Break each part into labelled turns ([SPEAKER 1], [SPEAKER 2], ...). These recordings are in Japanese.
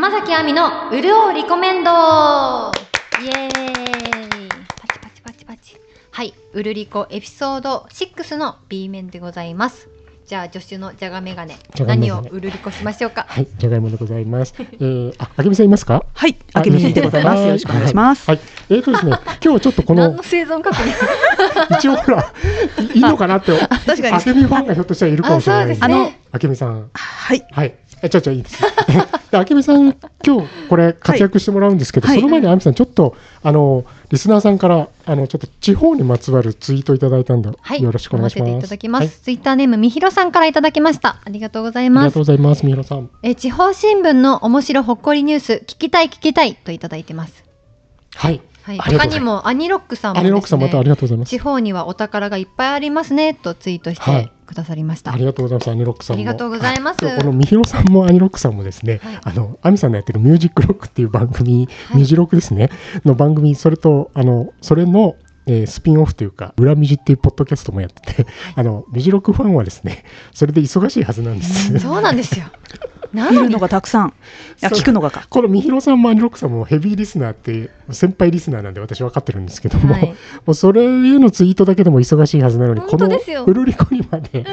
[SPEAKER 1] 口亜美のうるおうリコメンドイエーイパチパチパチパチ。はい、うるりこエピソード6の B 面でございます。じゃあ、助手のじゃがメガネ、
[SPEAKER 2] じゃがメ
[SPEAKER 1] 何
[SPEAKER 2] ガ
[SPEAKER 1] を
[SPEAKER 2] ネ
[SPEAKER 1] うるりこしましょうか。
[SPEAKER 2] はい、じゃがいもでございます。えー、あ、あけみさんいますか。
[SPEAKER 3] はい、あけみでございます。
[SPEAKER 2] は
[SPEAKER 3] よろしくお願いします。
[SPEAKER 2] はい、えーと ですね、今日ちょっとこ
[SPEAKER 1] 何
[SPEAKER 2] の
[SPEAKER 1] の、生存確認
[SPEAKER 2] 一応ほら、いいのかなって、
[SPEAKER 3] 確か
[SPEAKER 2] あ
[SPEAKER 3] に。
[SPEAKER 2] けみファンがひょっとしたらいるかもしれない。
[SPEAKER 1] あそうです
[SPEAKER 3] あ
[SPEAKER 1] ね
[SPEAKER 3] の、
[SPEAKER 2] あけみさん、
[SPEAKER 3] はい。
[SPEAKER 2] はい、えちょちょいいです。で、あけみさん、今日これ活躍してもらうんですけど、
[SPEAKER 3] はい
[SPEAKER 2] その前にあみさん、ちょっと、あの、リスナーさんから、あの、ちょっと地方にまつわるツイートいただいたんで、
[SPEAKER 1] はい、
[SPEAKER 2] よろしくお願いし
[SPEAKER 1] 読ませてい
[SPEAKER 2] ま
[SPEAKER 1] た
[SPEAKER 2] す。
[SPEAKER 1] だきます。
[SPEAKER 2] はい
[SPEAKER 1] ツイッターネームみひろさんからいただきました。ありがとうござい
[SPEAKER 2] あり
[SPEAKER 1] ま
[SPEAKER 2] が
[SPEAKER 1] す
[SPEAKER 2] とう。ございます、みひろさん。
[SPEAKER 1] え地方新聞の面白ほっこりニュース聞きたい聞きたいといただいてます。
[SPEAKER 2] はい、
[SPEAKER 1] はい、
[SPEAKER 2] あり
[SPEAKER 1] 他
[SPEAKER 2] がとうございます
[SPEAKER 1] にもアニロックさんも
[SPEAKER 2] ア
[SPEAKER 1] です
[SPEAKER 2] リ
[SPEAKER 1] ね。
[SPEAKER 2] ロックさん、またありがとうございます
[SPEAKER 1] 地。方にはお宝がいっぱいありますねとツイートし
[SPEAKER 2] は
[SPEAKER 1] て
[SPEAKER 2] い
[SPEAKER 1] くださりました。
[SPEAKER 2] ありがとうございます、アニロックさんも。
[SPEAKER 1] ありがとうございます
[SPEAKER 2] あとこのみひろさんもアニロックさんもですね、
[SPEAKER 1] はい
[SPEAKER 2] あの、アミさんのやってるミュージックロックっていう番組、
[SPEAKER 1] い
[SPEAKER 2] ミュージロックですね、の番組、それと、あの、それの、えースピンオフというか、裏ミジっていうポッドキャストもやってて、あの、ミジロックファンはですね、それで忙しいはずなんです。
[SPEAKER 1] そうなんです よ。な
[SPEAKER 3] 見
[SPEAKER 1] の
[SPEAKER 3] る
[SPEAKER 1] に
[SPEAKER 3] のがたくさん。いや、
[SPEAKER 2] そう
[SPEAKER 3] 聞くのがか。
[SPEAKER 2] このみひろさんもアニロックさんもヘビーリスナーって、先輩リスナーなんで私分かってるんですけども、
[SPEAKER 1] はい
[SPEAKER 2] もうそれへのツイートだけでも忙しいはずなのに、こ
[SPEAKER 1] 本
[SPEAKER 2] の
[SPEAKER 1] 当ですよ
[SPEAKER 2] ウルリコにまで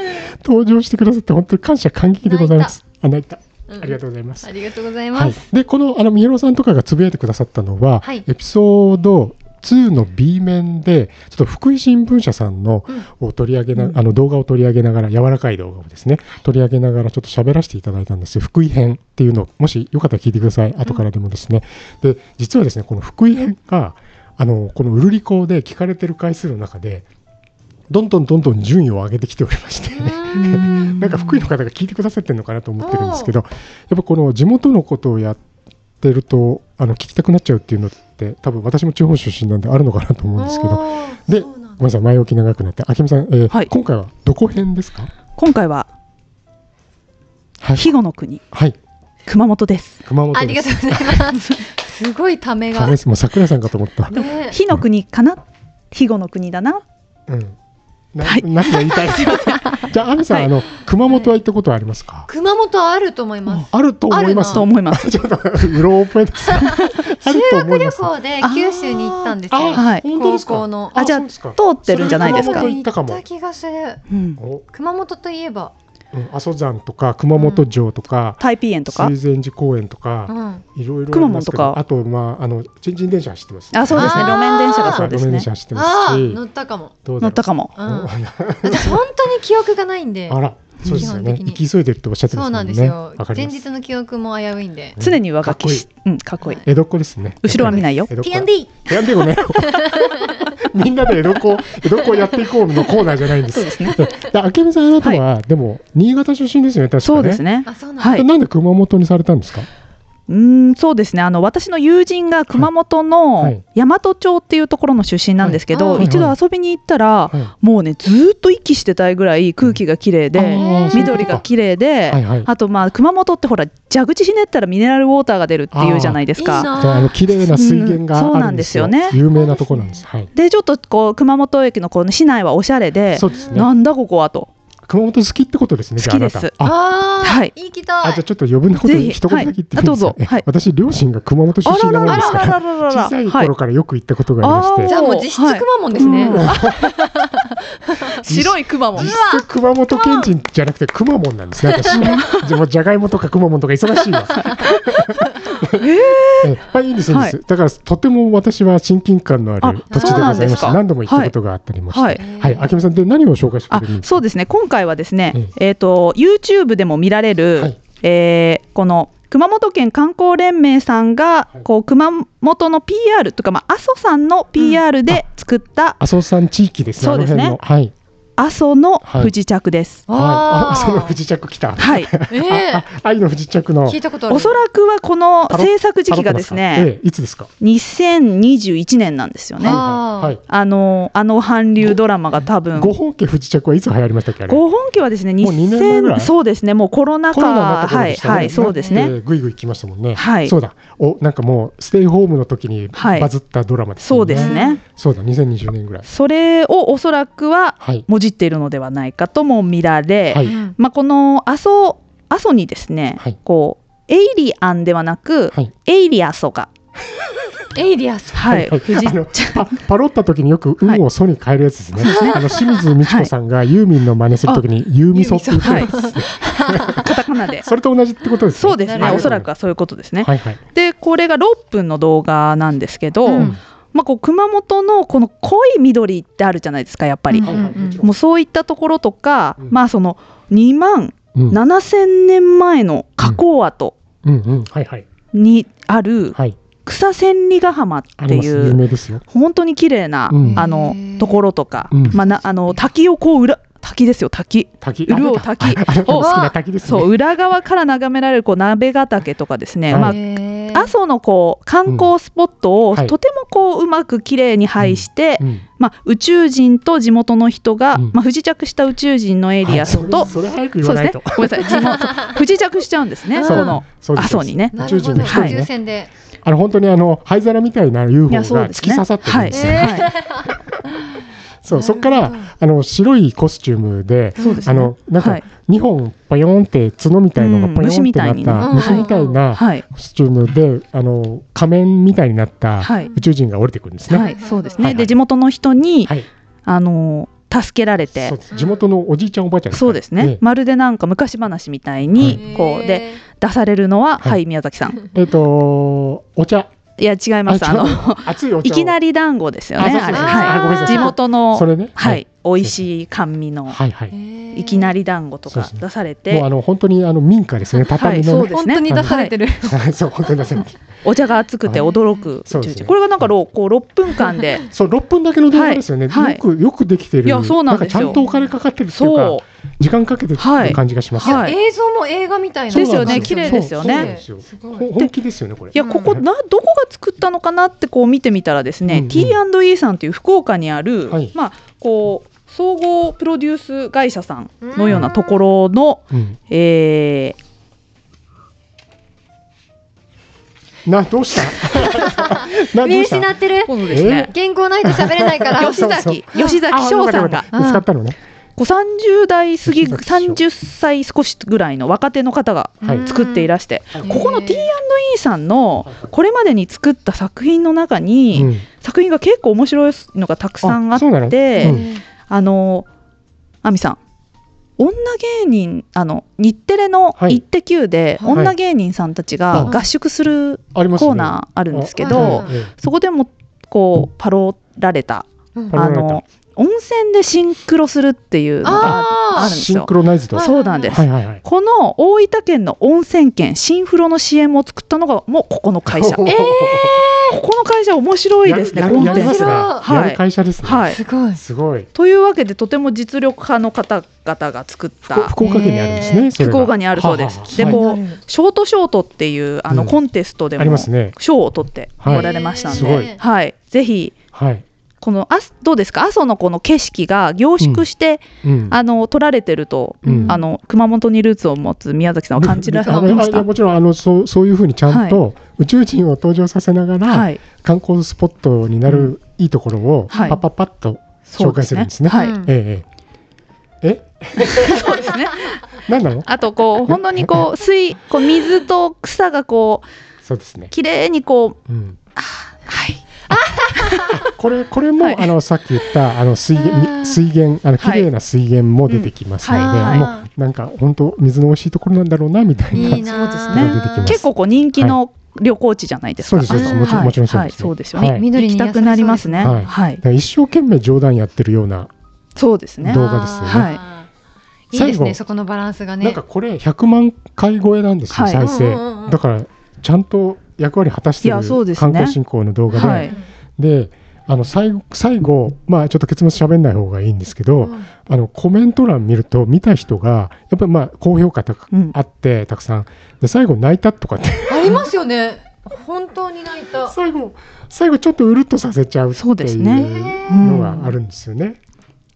[SPEAKER 2] 登場してくださって、本当に感謝感激でございます。あ、泣いた。
[SPEAKER 1] うん
[SPEAKER 2] ありがとうございます
[SPEAKER 1] あ。りがとうござい
[SPEAKER 2] は
[SPEAKER 1] ま
[SPEAKER 2] い
[SPEAKER 1] す。、
[SPEAKER 2] でこのあの三浦さんとかがつぶやいてくださったのは、
[SPEAKER 1] はい
[SPEAKER 2] エピソード2の B 面でちょっと福井新聞社さんのを取り上げな、
[SPEAKER 3] うん
[SPEAKER 2] あの動画を取り上げながら柔らかい動画をですね取り上げながらちょっと喋らせていただいたんですよ福井編っていうのをもしよかったら聞いてください後からでもですね、で実はですねこの福井編があのこのウルリコで聞かれてる回数の中でどんどんどんどん順位を上げてきておりまして、
[SPEAKER 1] うーん
[SPEAKER 2] なんか福井の方が聞いてくださってるのかなと思ってるんですけど、やっぱこの地元のことをやってると、あの聞きたくなっちゃうっていうのって、多分私も地方出身なんであるのかなと思うんですけど、
[SPEAKER 1] おー
[SPEAKER 2] で、
[SPEAKER 1] そ
[SPEAKER 2] ご
[SPEAKER 1] う
[SPEAKER 2] め
[SPEAKER 1] なん
[SPEAKER 2] んなさい、前置き長くなって、あけみさん、えー
[SPEAKER 3] はい
[SPEAKER 2] 今回はどこ編ですか
[SPEAKER 3] 今回は、
[SPEAKER 2] はい、
[SPEAKER 3] 肥後の国、
[SPEAKER 2] はい、
[SPEAKER 3] 熊本です。
[SPEAKER 2] 熊本
[SPEAKER 1] だ
[SPEAKER 2] です。
[SPEAKER 1] ありがとうございます。すごいためが。
[SPEAKER 2] 亀井さんもう桜井さんかと思った。
[SPEAKER 1] ね
[SPEAKER 3] 火の国かな肥後の国だな。
[SPEAKER 2] うん。な、
[SPEAKER 3] はい
[SPEAKER 2] 何が言い たいじゃあ、あみさん、
[SPEAKER 3] はい
[SPEAKER 2] あの、熊本は行ったことはありますか、
[SPEAKER 1] 熊本あると思います。
[SPEAKER 2] あると思います。
[SPEAKER 3] と
[SPEAKER 1] あ
[SPEAKER 3] 思います。
[SPEAKER 2] ちょっと、うろ覚えです。 あると
[SPEAKER 1] 修
[SPEAKER 2] 思
[SPEAKER 1] 学
[SPEAKER 2] い
[SPEAKER 1] 旅
[SPEAKER 2] ます。
[SPEAKER 1] 行で九州に行ったんですよ。
[SPEAKER 3] あはい
[SPEAKER 2] 本当ですか
[SPEAKER 1] 高校の
[SPEAKER 3] あじゃあ
[SPEAKER 2] そうですか
[SPEAKER 3] 通ってるんじゃないです
[SPEAKER 2] そ
[SPEAKER 3] か
[SPEAKER 2] れ。行ったかも
[SPEAKER 1] 行った気がする。
[SPEAKER 3] うん。
[SPEAKER 2] お
[SPEAKER 1] 熊本といえば、
[SPEAKER 2] うん阿蘇山とか熊本城とか、
[SPEAKER 3] 台北園とか。
[SPEAKER 2] 水前寺公園と
[SPEAKER 1] う
[SPEAKER 2] か、
[SPEAKER 1] ん、
[SPEAKER 2] いろいろ
[SPEAKER 3] くまモンとか
[SPEAKER 2] ありますけどあとまああのチンチン電車走ってます、
[SPEAKER 3] あ、そうですね。
[SPEAKER 1] あー
[SPEAKER 3] 路面電車がそうで
[SPEAKER 2] はい路面
[SPEAKER 3] すね
[SPEAKER 2] 電。車走ってま
[SPEAKER 1] ああ
[SPEAKER 2] すし
[SPEAKER 1] 乗ったかも。
[SPEAKER 2] どうだろう
[SPEAKER 3] 乗ったかも。
[SPEAKER 1] うん、私本当に記憶がないんで。
[SPEAKER 2] あらそうですよ
[SPEAKER 1] 基本
[SPEAKER 2] ね
[SPEAKER 1] 的に
[SPEAKER 2] 行き急いでるとおっしゃってま
[SPEAKER 1] そう
[SPEAKER 2] す
[SPEAKER 1] な
[SPEAKER 2] も
[SPEAKER 1] ん
[SPEAKER 2] ん
[SPEAKER 1] で
[SPEAKER 2] ね
[SPEAKER 1] すよ
[SPEAKER 2] わか。り
[SPEAKER 1] 前
[SPEAKER 2] ます
[SPEAKER 1] 日の記憶も危ういんで。
[SPEAKER 3] 常に上書きし
[SPEAKER 2] か、
[SPEAKER 3] うん、かっこいい
[SPEAKER 1] は。
[SPEAKER 2] 江戸っ子ですね
[SPEAKER 3] 後ろは見ないよ。
[SPEAKER 2] 江戸っ子
[SPEAKER 1] T&D
[SPEAKER 2] 江戸っ子ごめんみん なで江戸っ子江戸っ子やっていこうのコーナーじゃないんです
[SPEAKER 3] そうですね。
[SPEAKER 2] で明美さんあなたは、でも新潟出身ですよね確かね
[SPEAKER 3] そうですね。
[SPEAKER 1] あ、そうなんだ。
[SPEAKER 3] は
[SPEAKER 2] で
[SPEAKER 3] い。
[SPEAKER 2] なんで熊本にされたんですか
[SPEAKER 3] うーん、そうですね。あの、私の友人が熊本
[SPEAKER 2] はいはい
[SPEAKER 3] の大和町っていうところの出身なんですけ
[SPEAKER 1] はい
[SPEAKER 3] ど、
[SPEAKER 1] はい
[SPEAKER 3] 一度遊びに行ったら、
[SPEAKER 2] は
[SPEAKER 3] もうね、ずーっと息してたいぐらい空気が綺麗
[SPEAKER 2] い
[SPEAKER 3] で、
[SPEAKER 2] あーそういうこと
[SPEAKER 3] 緑が綺麗で、
[SPEAKER 2] はいはい
[SPEAKER 3] あとまあ、熊本ってほら、蛇口ひねったらミネラルウォーターが出るっていうじゃないです
[SPEAKER 1] いい
[SPEAKER 3] か。
[SPEAKER 1] な
[SPEAKER 2] そうあの綺麗な水源
[SPEAKER 3] うん
[SPEAKER 2] が
[SPEAKER 3] そう
[SPEAKER 2] ある
[SPEAKER 3] な
[SPEAKER 2] ん
[SPEAKER 3] ん
[SPEAKER 2] で
[SPEAKER 3] ですす
[SPEAKER 2] よ。
[SPEAKER 3] よね
[SPEAKER 2] 有名なところなんです。はい。
[SPEAKER 3] で、ちょっとこう、熊本駅のこの市内はおしゃれで
[SPEAKER 2] そ、うですね。
[SPEAKER 3] なんだここはと。
[SPEAKER 2] 熊本好きってことですね。じゃあ
[SPEAKER 3] 好きです
[SPEAKER 2] あなたあ
[SPEAKER 1] ああ、
[SPEAKER 3] はい
[SPEAKER 1] 行きたい。
[SPEAKER 2] あじゃあちょっと余分なこと
[SPEAKER 3] ぜひ
[SPEAKER 2] 一言だけ言っていいですか
[SPEAKER 3] はいあどうぞはい
[SPEAKER 2] 私両親が熊本出
[SPEAKER 3] あら
[SPEAKER 2] 身なもん
[SPEAKER 3] らら
[SPEAKER 2] ですか
[SPEAKER 3] ら
[SPEAKER 2] らら。
[SPEAKER 3] ららら
[SPEAKER 2] 小
[SPEAKER 3] ら。
[SPEAKER 2] さい
[SPEAKER 3] はい
[SPEAKER 2] 頃からよく行ったことがあり
[SPEAKER 1] じ
[SPEAKER 2] まして
[SPEAKER 1] ゃあもう実質く
[SPEAKER 3] は
[SPEAKER 1] ま
[SPEAKER 3] い
[SPEAKER 1] モンですね。
[SPEAKER 3] うん
[SPEAKER 1] あ
[SPEAKER 3] 白い熊も
[SPEAKER 2] 実。質熊本県人じゃなくて熊本なんですね。私じゃあもうじゃがいもとか熊本とか忙しいわ。ええまあいいんですいいんです、だからとても私は親近感のある土地でござ
[SPEAKER 3] あ
[SPEAKER 2] い
[SPEAKER 3] そうなんで
[SPEAKER 2] ますし
[SPEAKER 3] か
[SPEAKER 2] 何度も行ったことがあったりもして。
[SPEAKER 3] は
[SPEAKER 2] はいい。はい。明美さんで何を紹介して
[SPEAKER 3] あ
[SPEAKER 2] くれるんですか。
[SPEAKER 3] そうですね、今回はですね、
[SPEAKER 2] え
[SPEAKER 3] えーと YouTube でも見られる、
[SPEAKER 2] はい
[SPEAKER 3] えーこの熊本県観光連盟さんが、
[SPEAKER 2] はい
[SPEAKER 3] こう熊本の PR とか、まあ、阿蘇山の PR で作った
[SPEAKER 2] 阿蘇山地域ですね。
[SPEAKER 3] そうですね
[SPEAKER 2] あの辺のはい。
[SPEAKER 3] 阿蘇の
[SPEAKER 2] はい
[SPEAKER 3] 不時着です。
[SPEAKER 2] はい、あ、その不
[SPEAKER 1] ー
[SPEAKER 2] 時着来た。
[SPEAKER 3] はい、
[SPEAKER 1] え
[SPEAKER 2] あ
[SPEAKER 1] え
[SPEAKER 2] あ愛の不時着の。
[SPEAKER 1] 聞いたことある。
[SPEAKER 3] おそらくはこの
[SPEAKER 2] タロ
[SPEAKER 3] 制作時期がです
[SPEAKER 2] タロットすかえ
[SPEAKER 3] ね、
[SPEAKER 2] え、いつですか。
[SPEAKER 3] 2021年なんですよね。
[SPEAKER 1] あー
[SPEAKER 2] はい。
[SPEAKER 3] あの、あの韓流ドラマが多分、
[SPEAKER 2] ご本家不時着はいつ流行りましたっけ。あれ
[SPEAKER 3] ご本家はですね、
[SPEAKER 2] もう二年前ぐらい
[SPEAKER 3] 2000、そうですね、もうコロナ
[SPEAKER 2] コ
[SPEAKER 3] 禍、
[SPEAKER 2] ロナになった頃
[SPEAKER 3] は
[SPEAKER 2] で
[SPEAKER 3] い、
[SPEAKER 2] したね。
[SPEAKER 3] はい、そうです
[SPEAKER 2] え
[SPEAKER 3] ね。
[SPEAKER 2] えぐいぐい来ましたもんね。
[SPEAKER 3] はい
[SPEAKER 2] そうだ。お、なんかもうステイホームの時に
[SPEAKER 3] はい
[SPEAKER 2] バズったドラマです、ね
[SPEAKER 3] そうですね。
[SPEAKER 2] そうだ。2020年ぐらい。
[SPEAKER 3] それをおそらくは
[SPEAKER 2] はい。
[SPEAKER 3] もじっているのではないかとも見られ、
[SPEAKER 2] はい
[SPEAKER 1] うん
[SPEAKER 3] まあ、この阿蘇阿蘇にですね、
[SPEAKER 2] はい
[SPEAKER 3] こうエイリアンで はなく、
[SPEAKER 2] はい
[SPEAKER 3] エイリアソが、
[SPEAKER 1] エイリアス。
[SPEAKER 3] はい
[SPEAKER 2] はい
[SPEAKER 3] 藤
[SPEAKER 2] あのパパロった時によく「
[SPEAKER 3] は
[SPEAKER 2] 運
[SPEAKER 3] い
[SPEAKER 2] を「ソ」に変えるやつですね。あの清水美智子さんがユーミンの真似する時に「ユーミソ」って言って
[SPEAKER 3] はい
[SPEAKER 2] るんですね。
[SPEAKER 3] カタカナで。
[SPEAKER 2] それと同じってことですね。
[SPEAKER 3] そうです
[SPEAKER 1] な
[SPEAKER 3] ね、
[SPEAKER 1] るほど
[SPEAKER 3] おそらくはそういうことですね。
[SPEAKER 2] はいはい。
[SPEAKER 3] で、これが6分の動画なんですけど、
[SPEAKER 1] うん
[SPEAKER 3] まあ、こう熊本のこの濃い緑ってあるじゃないですか、やっぱり。
[SPEAKER 1] うんうんうん
[SPEAKER 3] もうそういったところとか、
[SPEAKER 2] うん
[SPEAKER 3] まあその2万
[SPEAKER 2] うん
[SPEAKER 3] 7000年前の花崗跡
[SPEAKER 2] うんうんはいはい
[SPEAKER 3] にある
[SPEAKER 2] はい。
[SPEAKER 3] 草千里ヶ浜っ
[SPEAKER 2] あ
[SPEAKER 3] て
[SPEAKER 2] ります
[SPEAKER 3] い
[SPEAKER 2] 有
[SPEAKER 3] う、
[SPEAKER 2] 名ですよ。
[SPEAKER 3] 本当に綺麗な、
[SPEAKER 2] うん
[SPEAKER 3] あの
[SPEAKER 1] へー
[SPEAKER 3] ところとか、
[SPEAKER 2] うん
[SPEAKER 3] まあ、なあの滝をこう裏滝ですよ滝
[SPEAKER 2] 滝。
[SPEAKER 3] 潤う
[SPEAKER 2] あ
[SPEAKER 3] 滝
[SPEAKER 2] あなたの好きな滝ですね。
[SPEAKER 3] そう裏側から眺められるこう鍋ヶ岳とかですね、
[SPEAKER 2] はい
[SPEAKER 3] まあ
[SPEAKER 1] へー
[SPEAKER 3] 阿蘇のこう観光スポット
[SPEAKER 2] うん
[SPEAKER 3] を
[SPEAKER 2] はい
[SPEAKER 3] とてもこううまく綺麗に配して、
[SPEAKER 2] うん
[SPEAKER 3] まあ、宇宙人と地元の人が、
[SPEAKER 2] うん
[SPEAKER 3] まあ、不時着した宇宙人のエイリアスと、
[SPEAKER 2] はいそれそれ早く言
[SPEAKER 3] そう
[SPEAKER 2] わな
[SPEAKER 3] です
[SPEAKER 2] い
[SPEAKER 3] ね
[SPEAKER 2] と。
[SPEAKER 3] ごめんな さい地元不時着しちゃうんですね、
[SPEAKER 1] うん
[SPEAKER 3] そこの
[SPEAKER 2] そうで
[SPEAKER 3] 阿
[SPEAKER 2] す
[SPEAKER 3] 蘇にね。
[SPEAKER 1] な
[SPEAKER 2] 宇
[SPEAKER 1] るほ
[SPEAKER 2] 宙人
[SPEAKER 1] ど。
[SPEAKER 2] の
[SPEAKER 1] 宇
[SPEAKER 2] 人
[SPEAKER 3] はい
[SPEAKER 1] 宙
[SPEAKER 2] ね。
[SPEAKER 1] 船で。
[SPEAKER 2] あの本当にあの灰皿みたいな UFO
[SPEAKER 3] いや
[SPEAKER 2] が
[SPEAKER 3] そうです
[SPEAKER 2] 突
[SPEAKER 3] ね
[SPEAKER 2] き刺さってるんですよ。
[SPEAKER 3] はい
[SPEAKER 2] そうそこからあの白いコスチュームで。
[SPEAKER 3] そうです
[SPEAKER 2] あ
[SPEAKER 3] ね
[SPEAKER 2] のなん
[SPEAKER 3] は
[SPEAKER 2] か
[SPEAKER 3] い、
[SPEAKER 2] 2本パヨーンって角みたいの
[SPEAKER 3] うん
[SPEAKER 2] がパヨーンってな
[SPEAKER 3] 虫みたいに
[SPEAKER 2] った
[SPEAKER 3] ね
[SPEAKER 2] 虫みたいな
[SPEAKER 3] はい、
[SPEAKER 2] コスチュームであの仮面みたいになった
[SPEAKER 3] はい
[SPEAKER 2] 宇宙人が降りてくるんですね。
[SPEAKER 3] は
[SPEAKER 2] はい
[SPEAKER 3] い、そうですね、
[SPEAKER 2] はいはい
[SPEAKER 3] で地元の人に、
[SPEAKER 2] はい
[SPEAKER 3] あのー助けられて
[SPEAKER 2] そうです地元のおじいちゃんおばあちゃん
[SPEAKER 3] そうですね、
[SPEAKER 2] ええ
[SPEAKER 3] まるでなんか昔話みたいに、こうで
[SPEAKER 1] で。
[SPEAKER 3] 出されるのは、は、
[SPEAKER 2] はいい
[SPEAKER 3] 宮崎さ ん。
[SPEAKER 2] えっ、とお茶
[SPEAKER 3] いや、違います。あ
[SPEAKER 2] あ違う
[SPEAKER 3] の、
[SPEAKER 2] 熱いお茶
[SPEAKER 3] い
[SPEAKER 2] を
[SPEAKER 3] きなり団子ですよ
[SPEAKER 2] あ
[SPEAKER 3] ね。
[SPEAKER 2] そうそう
[SPEAKER 3] あれ、
[SPEAKER 1] あーごめんな
[SPEAKER 3] は、
[SPEAKER 1] いさい
[SPEAKER 3] 地元の、
[SPEAKER 2] それね
[SPEAKER 3] はい、美味しい甘味の。
[SPEAKER 2] はいはい、
[SPEAKER 1] い
[SPEAKER 3] いきなり団子と
[SPEAKER 2] そう
[SPEAKER 3] か
[SPEAKER 2] ですね
[SPEAKER 3] 出され
[SPEAKER 2] もう
[SPEAKER 3] て
[SPEAKER 2] あ、の本当にあの民家ですね
[SPEAKER 3] はい
[SPEAKER 2] 畳
[SPEAKER 3] そ
[SPEAKER 2] の
[SPEAKER 3] うで
[SPEAKER 2] ね、
[SPEAKER 1] 本当に出されてる。
[SPEAKER 2] はい、 そう本当に出せない
[SPEAKER 3] お茶が熱くて驚く
[SPEAKER 2] そう
[SPEAKER 3] 宇
[SPEAKER 2] で
[SPEAKER 3] 宙
[SPEAKER 2] す
[SPEAKER 3] 人。
[SPEAKER 2] ね
[SPEAKER 3] これがなんかろうこう6分間で
[SPEAKER 2] そう6分だけの動画ですよね、
[SPEAKER 3] はい
[SPEAKER 2] よくよくできてる
[SPEAKER 3] いやそうなんですよ
[SPEAKER 2] かちゃんとお金かかってるっていうか
[SPEAKER 3] そ
[SPEAKER 2] 時間かけて作る感じがします、
[SPEAKER 3] はいはい
[SPEAKER 1] 映像も映画みたいな。
[SPEAKER 2] そうなん
[SPEAKER 3] ですよね綺麗ですよね
[SPEAKER 2] そうそう
[SPEAKER 1] す
[SPEAKER 2] ほ
[SPEAKER 1] ごい。
[SPEAKER 2] 本気ですよねこれ
[SPEAKER 3] ういやここなどこが作ったのかなってこう見てみたらですね、
[SPEAKER 2] うんうん
[SPEAKER 3] T&E さんという福岡にある、
[SPEAKER 2] はい
[SPEAKER 3] まあこう総合プロデュース会社さんのようなところの、
[SPEAKER 2] うん、
[SPEAKER 3] えー
[SPEAKER 2] などうした など
[SPEAKER 1] 見
[SPEAKER 2] うした
[SPEAKER 1] 失ってる。
[SPEAKER 3] このですね、
[SPEAKER 1] 原稿ないと喋れないから。
[SPEAKER 3] 吉
[SPEAKER 2] そう
[SPEAKER 3] 崎吉崎
[SPEAKER 2] あ
[SPEAKER 3] 翔さん
[SPEAKER 2] わか
[SPEAKER 3] が
[SPEAKER 2] ったわかった見つかったのね、
[SPEAKER 3] こう30代過ぎ
[SPEAKER 2] 吉崎翔
[SPEAKER 3] 30歳少しぐらいの若手の方が
[SPEAKER 2] はい
[SPEAKER 3] 作っていらして、
[SPEAKER 2] はい
[SPEAKER 3] ここの T&E
[SPEAKER 1] ア
[SPEAKER 3] さんのこれまでに作った作品の中に、
[SPEAKER 2] うん
[SPEAKER 3] 作品が結構面白いのがたくさんあっ
[SPEAKER 2] そうなの
[SPEAKER 3] てあ,、
[SPEAKER 2] うん
[SPEAKER 3] の亜美さん女芸人あの日テレの「
[SPEAKER 2] はい
[SPEAKER 3] イッテ Q!」で、
[SPEAKER 1] はい
[SPEAKER 3] 女芸人さんたちが合宿する
[SPEAKER 2] あります
[SPEAKER 3] コ
[SPEAKER 2] よ
[SPEAKER 3] ー
[SPEAKER 2] ね
[SPEAKER 3] ナーあるんですけ
[SPEAKER 1] あ
[SPEAKER 3] ど、
[SPEAKER 1] は
[SPEAKER 2] ええ
[SPEAKER 3] そこでもこうパロられた
[SPEAKER 2] パロら
[SPEAKER 3] あ
[SPEAKER 2] れた
[SPEAKER 3] の温泉でシンクロするっていうのが
[SPEAKER 1] あー
[SPEAKER 3] あるんです
[SPEAKER 2] シン
[SPEAKER 3] よ
[SPEAKER 2] ク。ロナイズド
[SPEAKER 1] はい
[SPEAKER 3] そうなんです、
[SPEAKER 2] はいはいはい
[SPEAKER 3] この大分県の温泉県新風呂の CM を作ったのがもうここの 会社こ
[SPEAKER 2] え
[SPEAKER 3] この会社面白いですね
[SPEAKER 2] や
[SPEAKER 3] コ
[SPEAKER 2] る
[SPEAKER 3] ン
[SPEAKER 2] や
[SPEAKER 3] テ
[SPEAKER 2] りま
[SPEAKER 3] ン
[SPEAKER 2] す
[SPEAKER 3] ツ
[SPEAKER 2] ね
[SPEAKER 3] が。
[SPEAKER 1] はい
[SPEAKER 2] やる会社ですね、
[SPEAKER 3] はい
[SPEAKER 1] すごい。
[SPEAKER 2] すごい
[SPEAKER 3] というわけでとても実力派の方々が作っ
[SPEAKER 2] 福
[SPEAKER 3] た
[SPEAKER 2] 福岡県にあるんですね、
[SPEAKER 1] えー
[SPEAKER 2] それが
[SPEAKER 3] 福岡にあるそうです
[SPEAKER 2] ははは
[SPEAKER 3] で
[SPEAKER 2] はい
[SPEAKER 3] こうショートショートっていうあの
[SPEAKER 2] うん
[SPEAKER 3] コンテストで
[SPEAKER 2] あ
[SPEAKER 3] も
[SPEAKER 2] りますね
[SPEAKER 3] 賞を取っておられましたん
[SPEAKER 2] す
[SPEAKER 3] で、
[SPEAKER 2] ごい
[SPEAKER 3] はいぜひ
[SPEAKER 2] はい、
[SPEAKER 3] このあすどうですか阿蘇のこの景色が凝縮して、
[SPEAKER 2] うん
[SPEAKER 3] あの撮られてると、
[SPEAKER 2] うん
[SPEAKER 3] あの熊本にルーツを持つ宮崎さんを感じられ
[SPEAKER 2] あの
[SPEAKER 3] まし
[SPEAKER 2] あの
[SPEAKER 3] た。
[SPEAKER 2] もちろんあのそうそういうふうにちゃんと宇宙人を登場させながら、
[SPEAKER 3] はい、
[SPEAKER 2] 観光スポットになる、いいところをパ
[SPEAKER 3] はい
[SPEAKER 2] ッパッパッと、
[SPEAKER 3] そう
[SPEAKER 2] 紹介するんですね
[SPEAKER 3] はい、
[SPEAKER 1] うん
[SPEAKER 2] ええええ
[SPEAKER 3] そうですね。
[SPEAKER 2] 何なの
[SPEAKER 3] あ とこう本当にこう水こう水と草がこ
[SPEAKER 2] そうですね
[SPEAKER 3] う、綺麗にこう
[SPEAKER 2] うん、
[SPEAKER 3] はい
[SPEAKER 2] これこれも、
[SPEAKER 3] はい
[SPEAKER 2] あのさっき言ったあの水源
[SPEAKER 1] あー
[SPEAKER 2] み水源あの綺
[SPEAKER 3] はい
[SPEAKER 2] 麗な水源も出てきますので、
[SPEAKER 3] うんはい
[SPEAKER 2] もうなんか本当水の美味しいところなんだろうなみたいない
[SPEAKER 1] いな。
[SPEAKER 2] そうですね出てきます
[SPEAKER 3] 結構こう人気の旅行地じゃないですか。
[SPEAKER 2] そうですそう
[SPEAKER 1] も
[SPEAKER 2] ですちろん
[SPEAKER 3] はい
[SPEAKER 2] もちろんそう
[SPEAKER 3] は
[SPEAKER 2] で
[SPEAKER 3] い
[SPEAKER 2] す
[SPEAKER 3] そうですよね。
[SPEAKER 2] はい
[SPEAKER 1] 緑
[SPEAKER 3] 行
[SPEAKER 1] に
[SPEAKER 3] きたくなりますね。
[SPEAKER 2] はい
[SPEAKER 3] はい
[SPEAKER 2] だから一生懸命冗談やってるような
[SPEAKER 3] そうですね
[SPEAKER 2] ど。う動画ですよね
[SPEAKER 1] はい。いいです
[SPEAKER 2] 最
[SPEAKER 1] ね、
[SPEAKER 2] 後
[SPEAKER 1] そこのバランスがね。
[SPEAKER 2] なんかこれ100万回超えなんですよ、
[SPEAKER 3] はい
[SPEAKER 2] 再生、
[SPEAKER 1] うんうんうん
[SPEAKER 2] だからちゃんと役割果たして
[SPEAKER 3] い
[SPEAKER 2] る
[SPEAKER 3] やそうです
[SPEAKER 2] 観
[SPEAKER 3] ね
[SPEAKER 2] 光振興の動画で、
[SPEAKER 3] はい
[SPEAKER 2] であの最後最後まあちょっと結末喋んない方がいいんですけど、
[SPEAKER 1] うん
[SPEAKER 2] あのコメント欄見ると見た人がやっぱりまあ高評価高く
[SPEAKER 3] うん
[SPEAKER 2] あってたくさんで最後泣いたとかって
[SPEAKER 1] ありますよね。本当に泣いた。
[SPEAKER 2] 最後最後ちょっとうるっとさせちゃうって
[SPEAKER 3] そうで
[SPEAKER 2] い
[SPEAKER 3] す
[SPEAKER 2] う
[SPEAKER 3] ね
[SPEAKER 2] のがあるんですよね。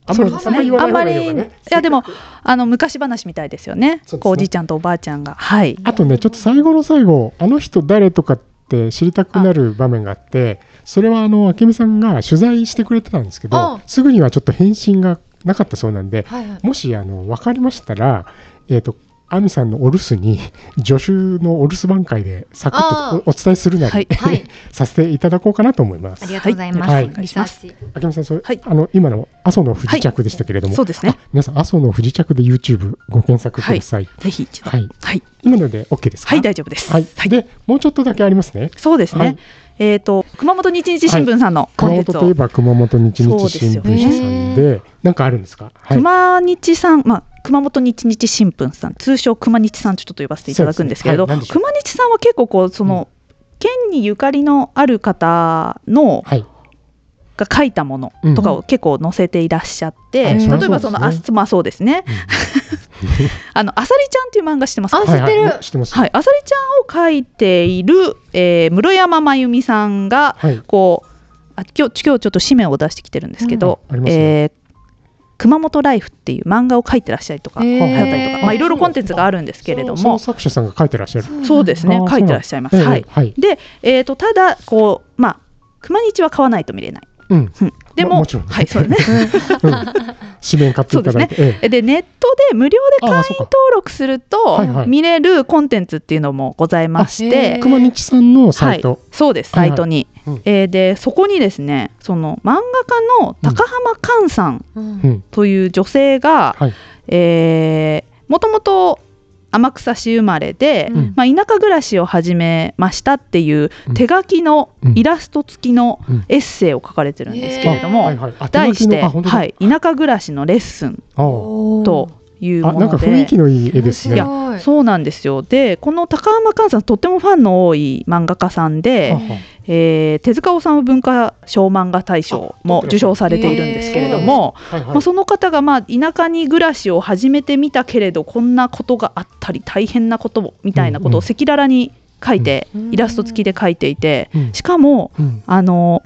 [SPEAKER 2] あんまり
[SPEAKER 1] そうです
[SPEAKER 2] あん
[SPEAKER 1] ね
[SPEAKER 2] まり言
[SPEAKER 3] あ
[SPEAKER 2] わな
[SPEAKER 3] んま
[SPEAKER 2] い方がいい
[SPEAKER 3] り
[SPEAKER 2] の
[SPEAKER 3] い
[SPEAKER 2] かね。
[SPEAKER 3] やでもあの昔話みたいですよね。
[SPEAKER 2] そうですね
[SPEAKER 3] こうおじいちゃんとおばあちゃんがはい
[SPEAKER 2] あとねちょっと最後の最後あの人誰とかって知りたくなる場面があってそれはあの明美さんが取材してくれてたんですけ
[SPEAKER 1] あ
[SPEAKER 2] どすぐにはちょっと返信がなかったそうなんで
[SPEAKER 1] はいはい。
[SPEAKER 2] もしあの分かりましたら、えー、とアミさんのお留守に助手のお留守番会でサクッ
[SPEAKER 1] あー
[SPEAKER 2] とおお伝えするなり、
[SPEAKER 3] はい
[SPEAKER 1] はい
[SPEAKER 2] させていただこうかなと思いま
[SPEAKER 1] あ
[SPEAKER 2] す
[SPEAKER 1] り。がとうございます。
[SPEAKER 2] はい
[SPEAKER 1] リサーチ。
[SPEAKER 2] あけみさん、それ、
[SPEAKER 3] はい
[SPEAKER 2] あの今の阿蘇の不時着でしたけれども、
[SPEAKER 3] そうですね。
[SPEAKER 2] 皆さん阿蘇の不時着で YouTube ご検索ください。
[SPEAKER 3] ぜひ一度。
[SPEAKER 2] は
[SPEAKER 3] はいい。はい。
[SPEAKER 2] 今ので OK ですか。
[SPEAKER 3] 大丈夫です。
[SPEAKER 2] はい。でもうちょっとだけありますね。
[SPEAKER 3] そうですね。
[SPEAKER 2] はい
[SPEAKER 3] えっ、と、熊本日日新聞さんの今
[SPEAKER 2] 熊
[SPEAKER 3] 月
[SPEAKER 2] 本
[SPEAKER 3] を、
[SPEAKER 2] といえば熊本日日新聞
[SPEAKER 3] そ
[SPEAKER 2] 社
[SPEAKER 3] う
[SPEAKER 2] さ
[SPEAKER 1] ですよね
[SPEAKER 2] んで、なんかあるんですか。はい。
[SPEAKER 3] 熊日さん、まあ、熊本日日新聞さん、通称熊日さんとちょっと呼ばせていただくんですけれど、
[SPEAKER 2] そうですね
[SPEAKER 3] 熊日さんは結構こう、その、県にゆかりのある方の
[SPEAKER 2] はい。
[SPEAKER 3] が書いたものとかを結構載せていらっしゃって、
[SPEAKER 1] うん
[SPEAKER 2] あ
[SPEAKER 3] 例えばその、
[SPEAKER 2] そう
[SPEAKER 3] あ
[SPEAKER 2] ですね
[SPEAKER 3] まあそうですね、あの、あさりちゃんっていう漫画知ってますか
[SPEAKER 1] あ
[SPEAKER 2] はいはい
[SPEAKER 1] 知ってる
[SPEAKER 2] 知ってます。
[SPEAKER 3] はい、あさりちゃんを書いている、えー室山真由美さんが
[SPEAKER 2] はい。
[SPEAKER 3] こうあ今日今日ちょっと紙面を出してきてるんですけど、
[SPEAKER 2] うんありますね
[SPEAKER 3] えー熊本ライフっていう漫画を書いてらっしゃりとか、
[SPEAKER 1] へー
[SPEAKER 3] 流行ったりとか、まあ、いろいろコンテンツがあるんですけれど
[SPEAKER 2] その
[SPEAKER 3] も
[SPEAKER 2] 作者さんが書いてらっしゃる。
[SPEAKER 3] そうですね
[SPEAKER 2] あー
[SPEAKER 3] 書いてらっしゃいます。
[SPEAKER 2] ええ
[SPEAKER 3] はい
[SPEAKER 2] はい。
[SPEAKER 3] で、えー、とただこう、まあ、熊日は買わないと見れない。
[SPEAKER 2] うん。
[SPEAKER 3] で
[SPEAKER 2] ま
[SPEAKER 3] も
[SPEAKER 2] もちろん
[SPEAKER 3] はいそうですね
[SPEAKER 2] うん 紙面買っていただいて。ええ
[SPEAKER 3] でネットで無料で会
[SPEAKER 2] あ
[SPEAKER 3] 員
[SPEAKER 2] あそうか
[SPEAKER 3] 登録すると
[SPEAKER 2] はいはい
[SPEAKER 3] 見れるコンテンツっていうのもございまし
[SPEAKER 1] あへ
[SPEAKER 3] て
[SPEAKER 1] ー、
[SPEAKER 2] 熊道さんのサイ
[SPEAKER 3] は
[SPEAKER 2] ト
[SPEAKER 3] い、。そうです
[SPEAKER 2] は
[SPEAKER 3] サ
[SPEAKER 2] いはい
[SPEAKER 3] イトに、
[SPEAKER 2] うん
[SPEAKER 3] えーでそこにですねその漫画家の高浜寛さん
[SPEAKER 1] うん
[SPEAKER 2] うん
[SPEAKER 3] という女性が、
[SPEAKER 2] はい
[SPEAKER 3] えーもともと天草市生まれで、
[SPEAKER 1] うん
[SPEAKER 3] まあ、田舎暮らしを始めましたっていう
[SPEAKER 2] うん
[SPEAKER 3] 手書きの
[SPEAKER 2] うん
[SPEAKER 3] イラスト付きの
[SPEAKER 2] うん
[SPEAKER 3] エッセイを書かれてるんですけれど
[SPEAKER 1] あ
[SPEAKER 3] も、
[SPEAKER 2] はいはい。あ
[SPEAKER 3] 題
[SPEAKER 2] 手書き
[SPEAKER 3] して、
[SPEAKER 2] のあ本当だ
[SPEAKER 3] はい、田舎暮らしのレッスン
[SPEAKER 2] あー
[SPEAKER 1] お
[SPEAKER 3] と
[SPEAKER 1] ー
[SPEAKER 3] いう
[SPEAKER 2] あ
[SPEAKER 3] も
[SPEAKER 2] なんか
[SPEAKER 3] の
[SPEAKER 2] 雰囲
[SPEAKER 3] で
[SPEAKER 2] 気。のいい絵ですね。
[SPEAKER 3] いやそうなんですよでこの高浜寛さんとってもファンの多い漫画家さんで、
[SPEAKER 2] はは
[SPEAKER 3] えー手塚治虫文化賞漫画大賞も受賞されているんですけれども、
[SPEAKER 2] はいはい
[SPEAKER 3] まあ、その方がまあ田舎に暮らしを始めてみたけれどこんなことがあったり大変なこともみたいなことを
[SPEAKER 2] うんうん
[SPEAKER 3] 赤裸々に書いて、
[SPEAKER 1] うん
[SPEAKER 3] イラスト付きで書いていて
[SPEAKER 2] うん
[SPEAKER 3] しかも
[SPEAKER 2] うん
[SPEAKER 3] あの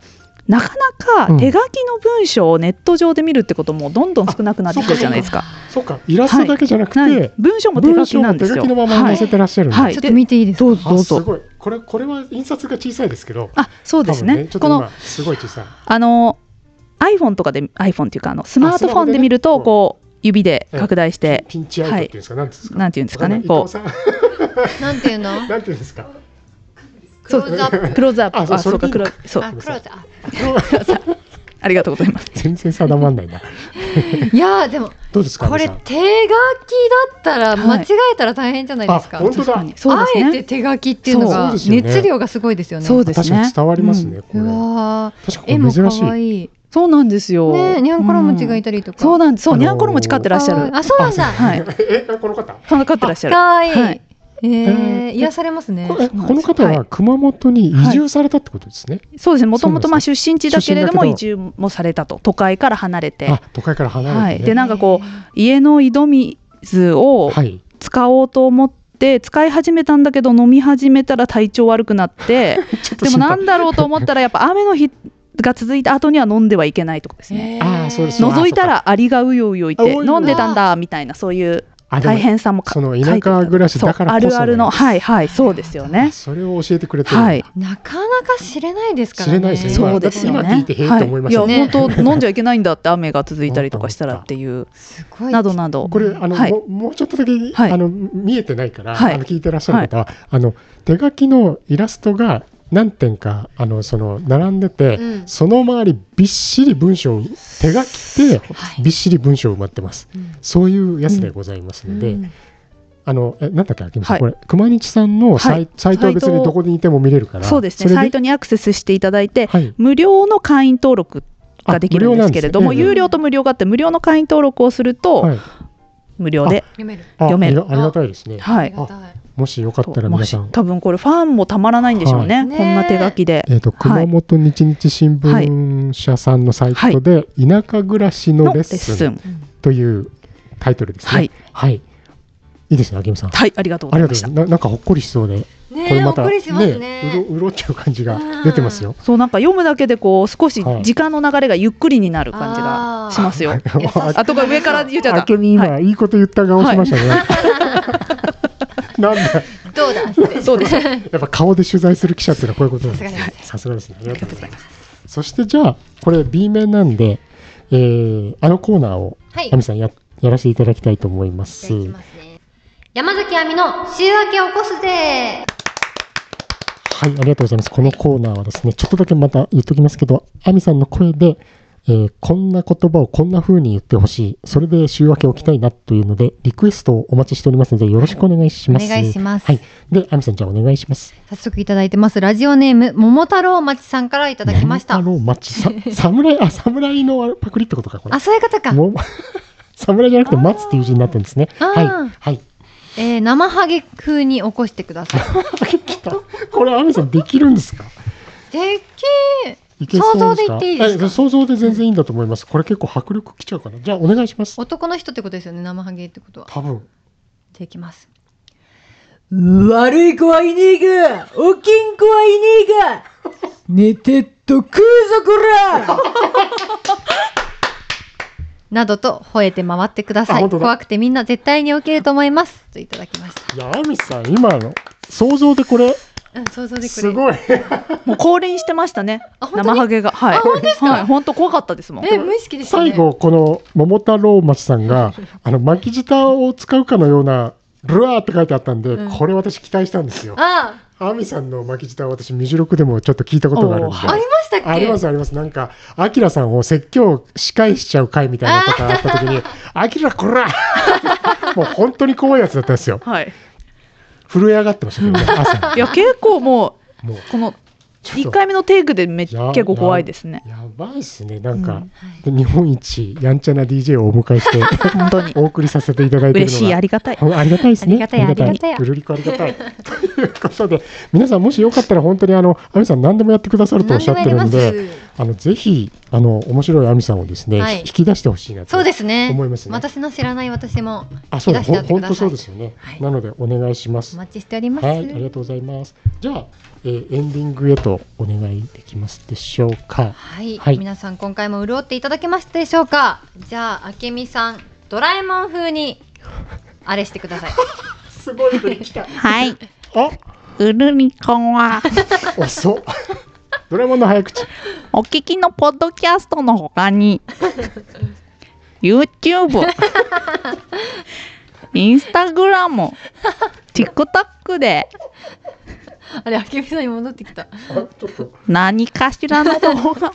[SPEAKER 3] なかな
[SPEAKER 2] う
[SPEAKER 3] か
[SPEAKER 2] ん
[SPEAKER 3] 手書きの文章をネット上で見るってこともどんどん少なくなってきてるじゃないですか。
[SPEAKER 2] そうかイラストだけじゃなくて、
[SPEAKER 3] なん文章も手書
[SPEAKER 2] 文
[SPEAKER 3] き
[SPEAKER 2] 章
[SPEAKER 3] な
[SPEAKER 2] も
[SPEAKER 3] んで
[SPEAKER 2] 手
[SPEAKER 3] す
[SPEAKER 2] 書
[SPEAKER 3] よ。
[SPEAKER 2] きのまま載せてらっしゃるんだ
[SPEAKER 3] はい
[SPEAKER 1] ちょっと見ていいですか。
[SPEAKER 3] どうぞどう
[SPEAKER 2] あす
[SPEAKER 3] ぞ。
[SPEAKER 2] ごいこれこれは印刷が小さいですけど
[SPEAKER 3] あそうです
[SPEAKER 2] 多分ち
[SPEAKER 3] ね
[SPEAKER 2] ょっと
[SPEAKER 3] この
[SPEAKER 2] 今すごい小さい
[SPEAKER 3] あの iPhone とかで iPhone っていうかあのスマートフォンで見る
[SPEAKER 2] あスマ
[SPEAKER 3] と
[SPEAKER 2] ホでね
[SPEAKER 3] こう指で拡大して
[SPEAKER 2] ピンチアウトっていうんですか、なんていうんですか
[SPEAKER 3] なんていうんですかね
[SPEAKER 2] わ
[SPEAKER 3] こ
[SPEAKER 2] かん ない伊藤
[SPEAKER 1] なんていうの
[SPEAKER 2] さん？なんていうんですか
[SPEAKER 1] クローズアッ
[SPEAKER 3] うクローズアップ
[SPEAKER 2] あそうそれ
[SPEAKER 3] うか
[SPEAKER 2] いいの
[SPEAKER 3] クロ
[SPEAKER 2] か
[SPEAKER 3] ーそう
[SPEAKER 1] プ。あ、クローズアッ
[SPEAKER 3] ありがとうございます。
[SPEAKER 2] 全然定まんないな
[SPEAKER 1] プ。いやーでも
[SPEAKER 2] どうですか
[SPEAKER 1] これ
[SPEAKER 2] 安
[SPEAKER 1] 手
[SPEAKER 2] 部
[SPEAKER 1] 書きだったら間違えたら大変じゃないです
[SPEAKER 2] さ
[SPEAKER 1] か。
[SPEAKER 2] んあ本当
[SPEAKER 3] 確か
[SPEAKER 2] だ
[SPEAKER 3] にそうです
[SPEAKER 1] あ
[SPEAKER 3] ね
[SPEAKER 1] えて。手書きっていうのが
[SPEAKER 2] そうですよね
[SPEAKER 1] 熱量がすごいですよね。
[SPEAKER 3] そうですね
[SPEAKER 2] 確かに伝わりますね、
[SPEAKER 1] う
[SPEAKER 2] こ
[SPEAKER 1] わ
[SPEAKER 2] れ確か
[SPEAKER 1] ー絵も
[SPEAKER 2] に珍しい
[SPEAKER 1] 可愛い。
[SPEAKER 3] そうなんですよ。
[SPEAKER 1] ね、ニャンコロモチがい
[SPEAKER 3] た。
[SPEAKER 1] たりとか。
[SPEAKER 3] そう
[SPEAKER 1] だ。
[SPEAKER 3] なんです。そう、
[SPEAKER 2] あのー
[SPEAKER 3] ニャンコロも使ってらっしゃる。
[SPEAKER 1] あ、そうなんだ。
[SPEAKER 3] はい。
[SPEAKER 2] えこの方
[SPEAKER 3] 戦ってらっしゃる。
[SPEAKER 1] 可愛い
[SPEAKER 3] はい
[SPEAKER 1] い。え
[SPEAKER 2] えー
[SPEAKER 1] ー、癒されますね
[SPEAKER 2] こ。れえ
[SPEAKER 3] そうなんです
[SPEAKER 2] この方
[SPEAKER 3] は
[SPEAKER 2] はい熊本に移住されたってことですね、
[SPEAKER 3] そうですね。もともとまあ
[SPEAKER 2] そ
[SPEAKER 3] 出身地だけれど
[SPEAKER 2] 出
[SPEAKER 3] も
[SPEAKER 2] 身
[SPEAKER 3] 移
[SPEAKER 2] だけ
[SPEAKER 3] 住もされたと。都会から離れて
[SPEAKER 2] あ都会から離れて、ね
[SPEAKER 3] はいでなんかこ家の井戸水を
[SPEAKER 2] はい
[SPEAKER 3] 使おうと思って使い始めたんだけど飲み始めたら体調悪くなって。
[SPEAKER 2] ちょっと
[SPEAKER 3] でも
[SPEAKER 2] 心配
[SPEAKER 3] なんだろうと思ったらやっぱ雨の日が続いた後には飲んではいけないとかですね。
[SPEAKER 1] えー
[SPEAKER 2] あーそうですね
[SPEAKER 3] 覗いたらアリがうようよい
[SPEAKER 2] あ
[SPEAKER 3] て
[SPEAKER 2] うようよ
[SPEAKER 3] 飲んでたんだみたいなそういう
[SPEAKER 2] あでも
[SPEAKER 3] 大変さもか
[SPEAKER 2] その田舎暮らしだからこそね
[SPEAKER 3] そうあるあるのはいはいそうですよね
[SPEAKER 2] あそれを教えてくれてるんだ
[SPEAKER 3] はい
[SPEAKER 1] なかなか知れないですから
[SPEAKER 2] 知
[SPEAKER 1] ね。
[SPEAKER 2] れないですね
[SPEAKER 3] そうですよ
[SPEAKER 2] 今聞い
[SPEAKER 3] ね
[SPEAKER 2] てへえと思いま
[SPEAKER 3] い
[SPEAKER 2] した
[SPEAKER 3] や
[SPEAKER 2] ね
[SPEAKER 3] 本当飲んじゃいけないんだって雨が続いたりとかしたらっていう
[SPEAKER 1] すごい。
[SPEAKER 3] などなど
[SPEAKER 2] これあの、
[SPEAKER 3] はい
[SPEAKER 2] ももうちょっとだけ、
[SPEAKER 3] はい
[SPEAKER 2] あの見えてないから、
[SPEAKER 3] はい
[SPEAKER 2] あの聞いてらっしゃる方は、あの手書きのイラストが何点かあのその並んでて、
[SPEAKER 1] うん
[SPEAKER 2] その周りびっしり文章手書きで
[SPEAKER 1] はい
[SPEAKER 2] びっしり文章埋まってます。そういうやつでございますので、
[SPEAKER 1] うん
[SPEAKER 2] あのえなんだっけあきみさん、
[SPEAKER 3] はい
[SPEAKER 2] これ熊日さんのサイ,、
[SPEAKER 3] はい
[SPEAKER 2] サイトは別にどこにいても見れるから、
[SPEAKER 3] そうですねサイトにアクセスしていただいて
[SPEAKER 2] はい
[SPEAKER 3] 無料の会員登録ができるんですけれども
[SPEAKER 2] あ無料なんですね
[SPEAKER 3] 有料と無料があって無料の会員登録をすると
[SPEAKER 2] はい、
[SPEAKER 3] 無料で
[SPEAKER 1] 読める。
[SPEAKER 2] あ
[SPEAKER 3] 読める
[SPEAKER 2] ありがたいですね。
[SPEAKER 1] あ
[SPEAKER 3] は
[SPEAKER 1] り
[SPEAKER 3] い
[SPEAKER 1] がたい。
[SPEAKER 2] もしよかったら
[SPEAKER 3] も
[SPEAKER 2] 皆
[SPEAKER 3] し
[SPEAKER 2] さん、
[SPEAKER 3] 多分これファンもたまらないんでしょうね
[SPEAKER 1] はい
[SPEAKER 3] こんな手書きで
[SPEAKER 2] えー、と
[SPEAKER 3] は
[SPEAKER 2] 熊
[SPEAKER 3] い
[SPEAKER 2] 本日日新聞社さんのサイトで、田舎暮らしの
[SPEAKER 3] の
[SPEAKER 2] レ
[SPEAKER 3] レ
[SPEAKER 2] ッ
[SPEAKER 3] ッ
[SPEAKER 2] ス
[SPEAKER 3] ス
[SPEAKER 2] ン
[SPEAKER 3] ン
[SPEAKER 2] というタイトルですね。
[SPEAKER 3] はい、
[SPEAKER 2] はい、いいですね、あきみさん。
[SPEAKER 3] はいありがとうご
[SPEAKER 2] あ
[SPEAKER 3] ざ
[SPEAKER 2] り
[SPEAKER 3] い
[SPEAKER 2] がとうございます。
[SPEAKER 3] ました
[SPEAKER 2] ななんかほっこりしそうで、こ
[SPEAKER 1] ねえ、ほっこりします
[SPEAKER 2] う
[SPEAKER 1] ね。
[SPEAKER 2] ろうろっちゃう感じが出てますよ。
[SPEAKER 3] そうなんか読むだけでこう少し
[SPEAKER 2] はい
[SPEAKER 3] 時間の流れがゆっくりになる感じがしますよ。あとが上から言っちゃ
[SPEAKER 2] あ
[SPEAKER 3] っ
[SPEAKER 2] け
[SPEAKER 3] た。
[SPEAKER 2] み今、い、いこと言った顔しましたね。 なんだ、や
[SPEAKER 1] どう だって。
[SPEAKER 3] そうです。
[SPEAKER 2] っぱ顔で取材する記者っていうのはこういうことなんです
[SPEAKER 1] さすが
[SPEAKER 2] ね
[SPEAKER 1] で。す
[SPEAKER 2] さすがですね。あり
[SPEAKER 3] あ
[SPEAKER 2] が
[SPEAKER 3] り
[SPEAKER 2] と
[SPEAKER 3] が
[SPEAKER 2] うご
[SPEAKER 3] とうご
[SPEAKER 2] ざ
[SPEAKER 3] ざ
[SPEAKER 2] い
[SPEAKER 3] い
[SPEAKER 2] ま。
[SPEAKER 3] ますす。
[SPEAKER 2] そしてじゃあ、これ B 面なんで、えーあのコーナーを
[SPEAKER 1] はい
[SPEAKER 2] 亜。美さんややらせていただきたいと思いま
[SPEAKER 1] じ
[SPEAKER 2] す
[SPEAKER 1] ゃあ。行きますね。山崎亜美の週明け起こすぜ
[SPEAKER 2] はい、ありがとうございます。このコーナーはですね、ちょっとだけまた言っときますけど、アミさんの声で、えーこんな言葉をこんな風に言ってほしい、それで週明けをきたいなというので、リクエストをお待ちしておりますので、よろしくお願いし
[SPEAKER 1] お
[SPEAKER 2] ます。
[SPEAKER 1] 願いします、
[SPEAKER 2] はい。で、アミさん、じゃあお願いします。
[SPEAKER 1] 早速いただいてますラジオネーム桃太郎町さんからいただきました
[SPEAKER 2] 桃太郎町さ、 侍、あ、侍のあれパクリってことか、これ
[SPEAKER 1] あ。そういう方か
[SPEAKER 2] もう 侍じゃなくて、待つっていう字になったんですね。
[SPEAKER 1] あー
[SPEAKER 2] はい。はい。
[SPEAKER 1] えー、生ハゲ風に起こしてください
[SPEAKER 2] 来た。これ、アミさん、できるんですか
[SPEAKER 1] でっけ
[SPEAKER 2] いけそう
[SPEAKER 1] 想像で言っていいですか
[SPEAKER 2] え想像で全然いいんだと思います。これ結構迫力きちゃうかな。じゃあお願いします。
[SPEAKER 1] 男の人ってことですよね生ハゲってことは
[SPEAKER 2] 多
[SPEAKER 1] じ
[SPEAKER 2] 分。
[SPEAKER 1] ゃあいきます悪い子はいねえがおきんこはいねえが寝てっと食うぞこらなどと吠えて回ってくださ
[SPEAKER 2] あ
[SPEAKER 1] い
[SPEAKER 2] 本当だ
[SPEAKER 1] 怖くてみんな絶対に起きると思いますといただきまし
[SPEAKER 2] いや、アミさん、今の想像でこれ、
[SPEAKER 1] た、うん、想像でくれ
[SPEAKER 2] すごい。
[SPEAKER 3] もう降臨してましたね。
[SPEAKER 1] あ本当
[SPEAKER 3] 生
[SPEAKER 1] に
[SPEAKER 3] ハゲが。はい。
[SPEAKER 1] あ本当ですか
[SPEAKER 3] はい。本当怖かったですもん。
[SPEAKER 1] ね無意識でしたね
[SPEAKER 2] 最後、この桃太郎町さんが、あの、巻き舌を使うかのような、ルアーって書いてあったんで、
[SPEAKER 1] うん
[SPEAKER 2] これ私期待したんですよ。
[SPEAKER 1] あ
[SPEAKER 2] アミさんの巻き舌は私、未収録でもちょっと聞いたことがあるんで。
[SPEAKER 3] おー
[SPEAKER 1] ありましたっけ
[SPEAKER 2] ありますあります。なんか、アキラさんを説教司会しちゃう回みたいなのとかあった時 に、アキラこら もう本当に怖いやつだったんですよ。
[SPEAKER 3] はい。
[SPEAKER 2] 震え上がってましたけど ね、朝。
[SPEAKER 3] いや、結構も
[SPEAKER 2] もう
[SPEAKER 3] う、この
[SPEAKER 2] ちょ
[SPEAKER 3] 一
[SPEAKER 2] っと
[SPEAKER 3] 回目のテイクでめっ
[SPEAKER 2] いや
[SPEAKER 3] 結構怖いですね。
[SPEAKER 2] やばいっすね、なん
[SPEAKER 3] う
[SPEAKER 2] か
[SPEAKER 3] ん、
[SPEAKER 1] はい
[SPEAKER 2] で日本一やんちゃな DJ をお迎 えして、
[SPEAKER 3] 本当に。
[SPEAKER 2] お送りさせていただいてるのが
[SPEAKER 3] 嬉しい、ありがたい。
[SPEAKER 2] ほんありがたいですね。
[SPEAKER 1] ありがたいありがたいう
[SPEAKER 2] るりこありがたい。 ということで、皆さんもしよかったら本当にあの、アミさん何でもやってくださるとおっしゃってるん
[SPEAKER 1] 何でもやり
[SPEAKER 2] で、
[SPEAKER 1] ます
[SPEAKER 2] あの、ぜひ、あの、面白いアミさんをですね、
[SPEAKER 1] はい
[SPEAKER 2] 引き出してほしいなと。
[SPEAKER 1] そうですね
[SPEAKER 2] 思いますね
[SPEAKER 1] 私の知らない私も
[SPEAKER 2] あ、そうだ、
[SPEAKER 1] 出してやって
[SPEAKER 2] 本
[SPEAKER 1] くださ
[SPEAKER 2] 当
[SPEAKER 1] い
[SPEAKER 2] そうですよね。
[SPEAKER 1] はい
[SPEAKER 2] なので、お願いしま
[SPEAKER 1] お
[SPEAKER 2] す。
[SPEAKER 1] 待ちしております、
[SPEAKER 2] はい、ありがとうございます。じゃあ、えーエンディングへとお願いできますでしょうか。
[SPEAKER 1] はい、
[SPEAKER 2] はい
[SPEAKER 1] 皆さん今回も潤っていただけましたでしょうかじゃああけみさんドラえもん風にあれしてください
[SPEAKER 2] すごいのに来た。
[SPEAKER 3] はい。
[SPEAKER 2] あ、
[SPEAKER 3] うるみこんは、
[SPEAKER 2] 遅っ。 ドラえもんの早口。
[SPEAKER 3] お聞きのポッドキャストのほか に、YouTube、Instagram、TikTok で
[SPEAKER 1] あれあけみさんに戻ってきた
[SPEAKER 2] あちょっと、
[SPEAKER 3] 何かしらの動画も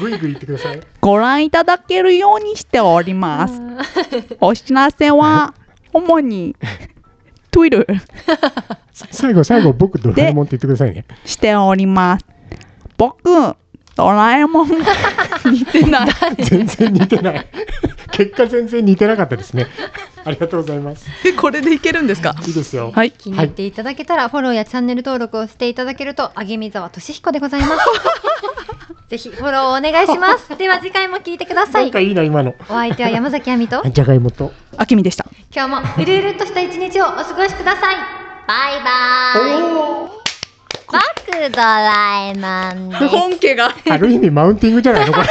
[SPEAKER 2] ぐいぐい言ってください。
[SPEAKER 3] ご覧いただけるようにしております。お知らせは、主に、Twitter
[SPEAKER 2] 最後、最後、僕、ドラえもんって言ってくださいね。
[SPEAKER 3] しております。僕、ドラえもん、似てない。
[SPEAKER 2] 全然似てない。 結果、全然似てなかったですね。ありがとうございます。
[SPEAKER 3] え、 これでいけるんですか
[SPEAKER 2] いいですよ。
[SPEAKER 3] はい。
[SPEAKER 1] 気に入っていただけたら、フォローやチャンネル登録をしていただけるとあげみざわとしひこでございます ぜひフォローお願いし ますでは次回も聞いてくださ
[SPEAKER 2] ないんかいいな、今の。
[SPEAKER 1] お相手は山崎あみと
[SPEAKER 2] じゃがいもと。
[SPEAKER 3] あきみでした。
[SPEAKER 1] 今日もゆるゆるっとした一日をお過ごしくださいバイバーイ僕ドラえもんです
[SPEAKER 3] 本家が。
[SPEAKER 2] ある意味、マウンティングじゃないの、これ。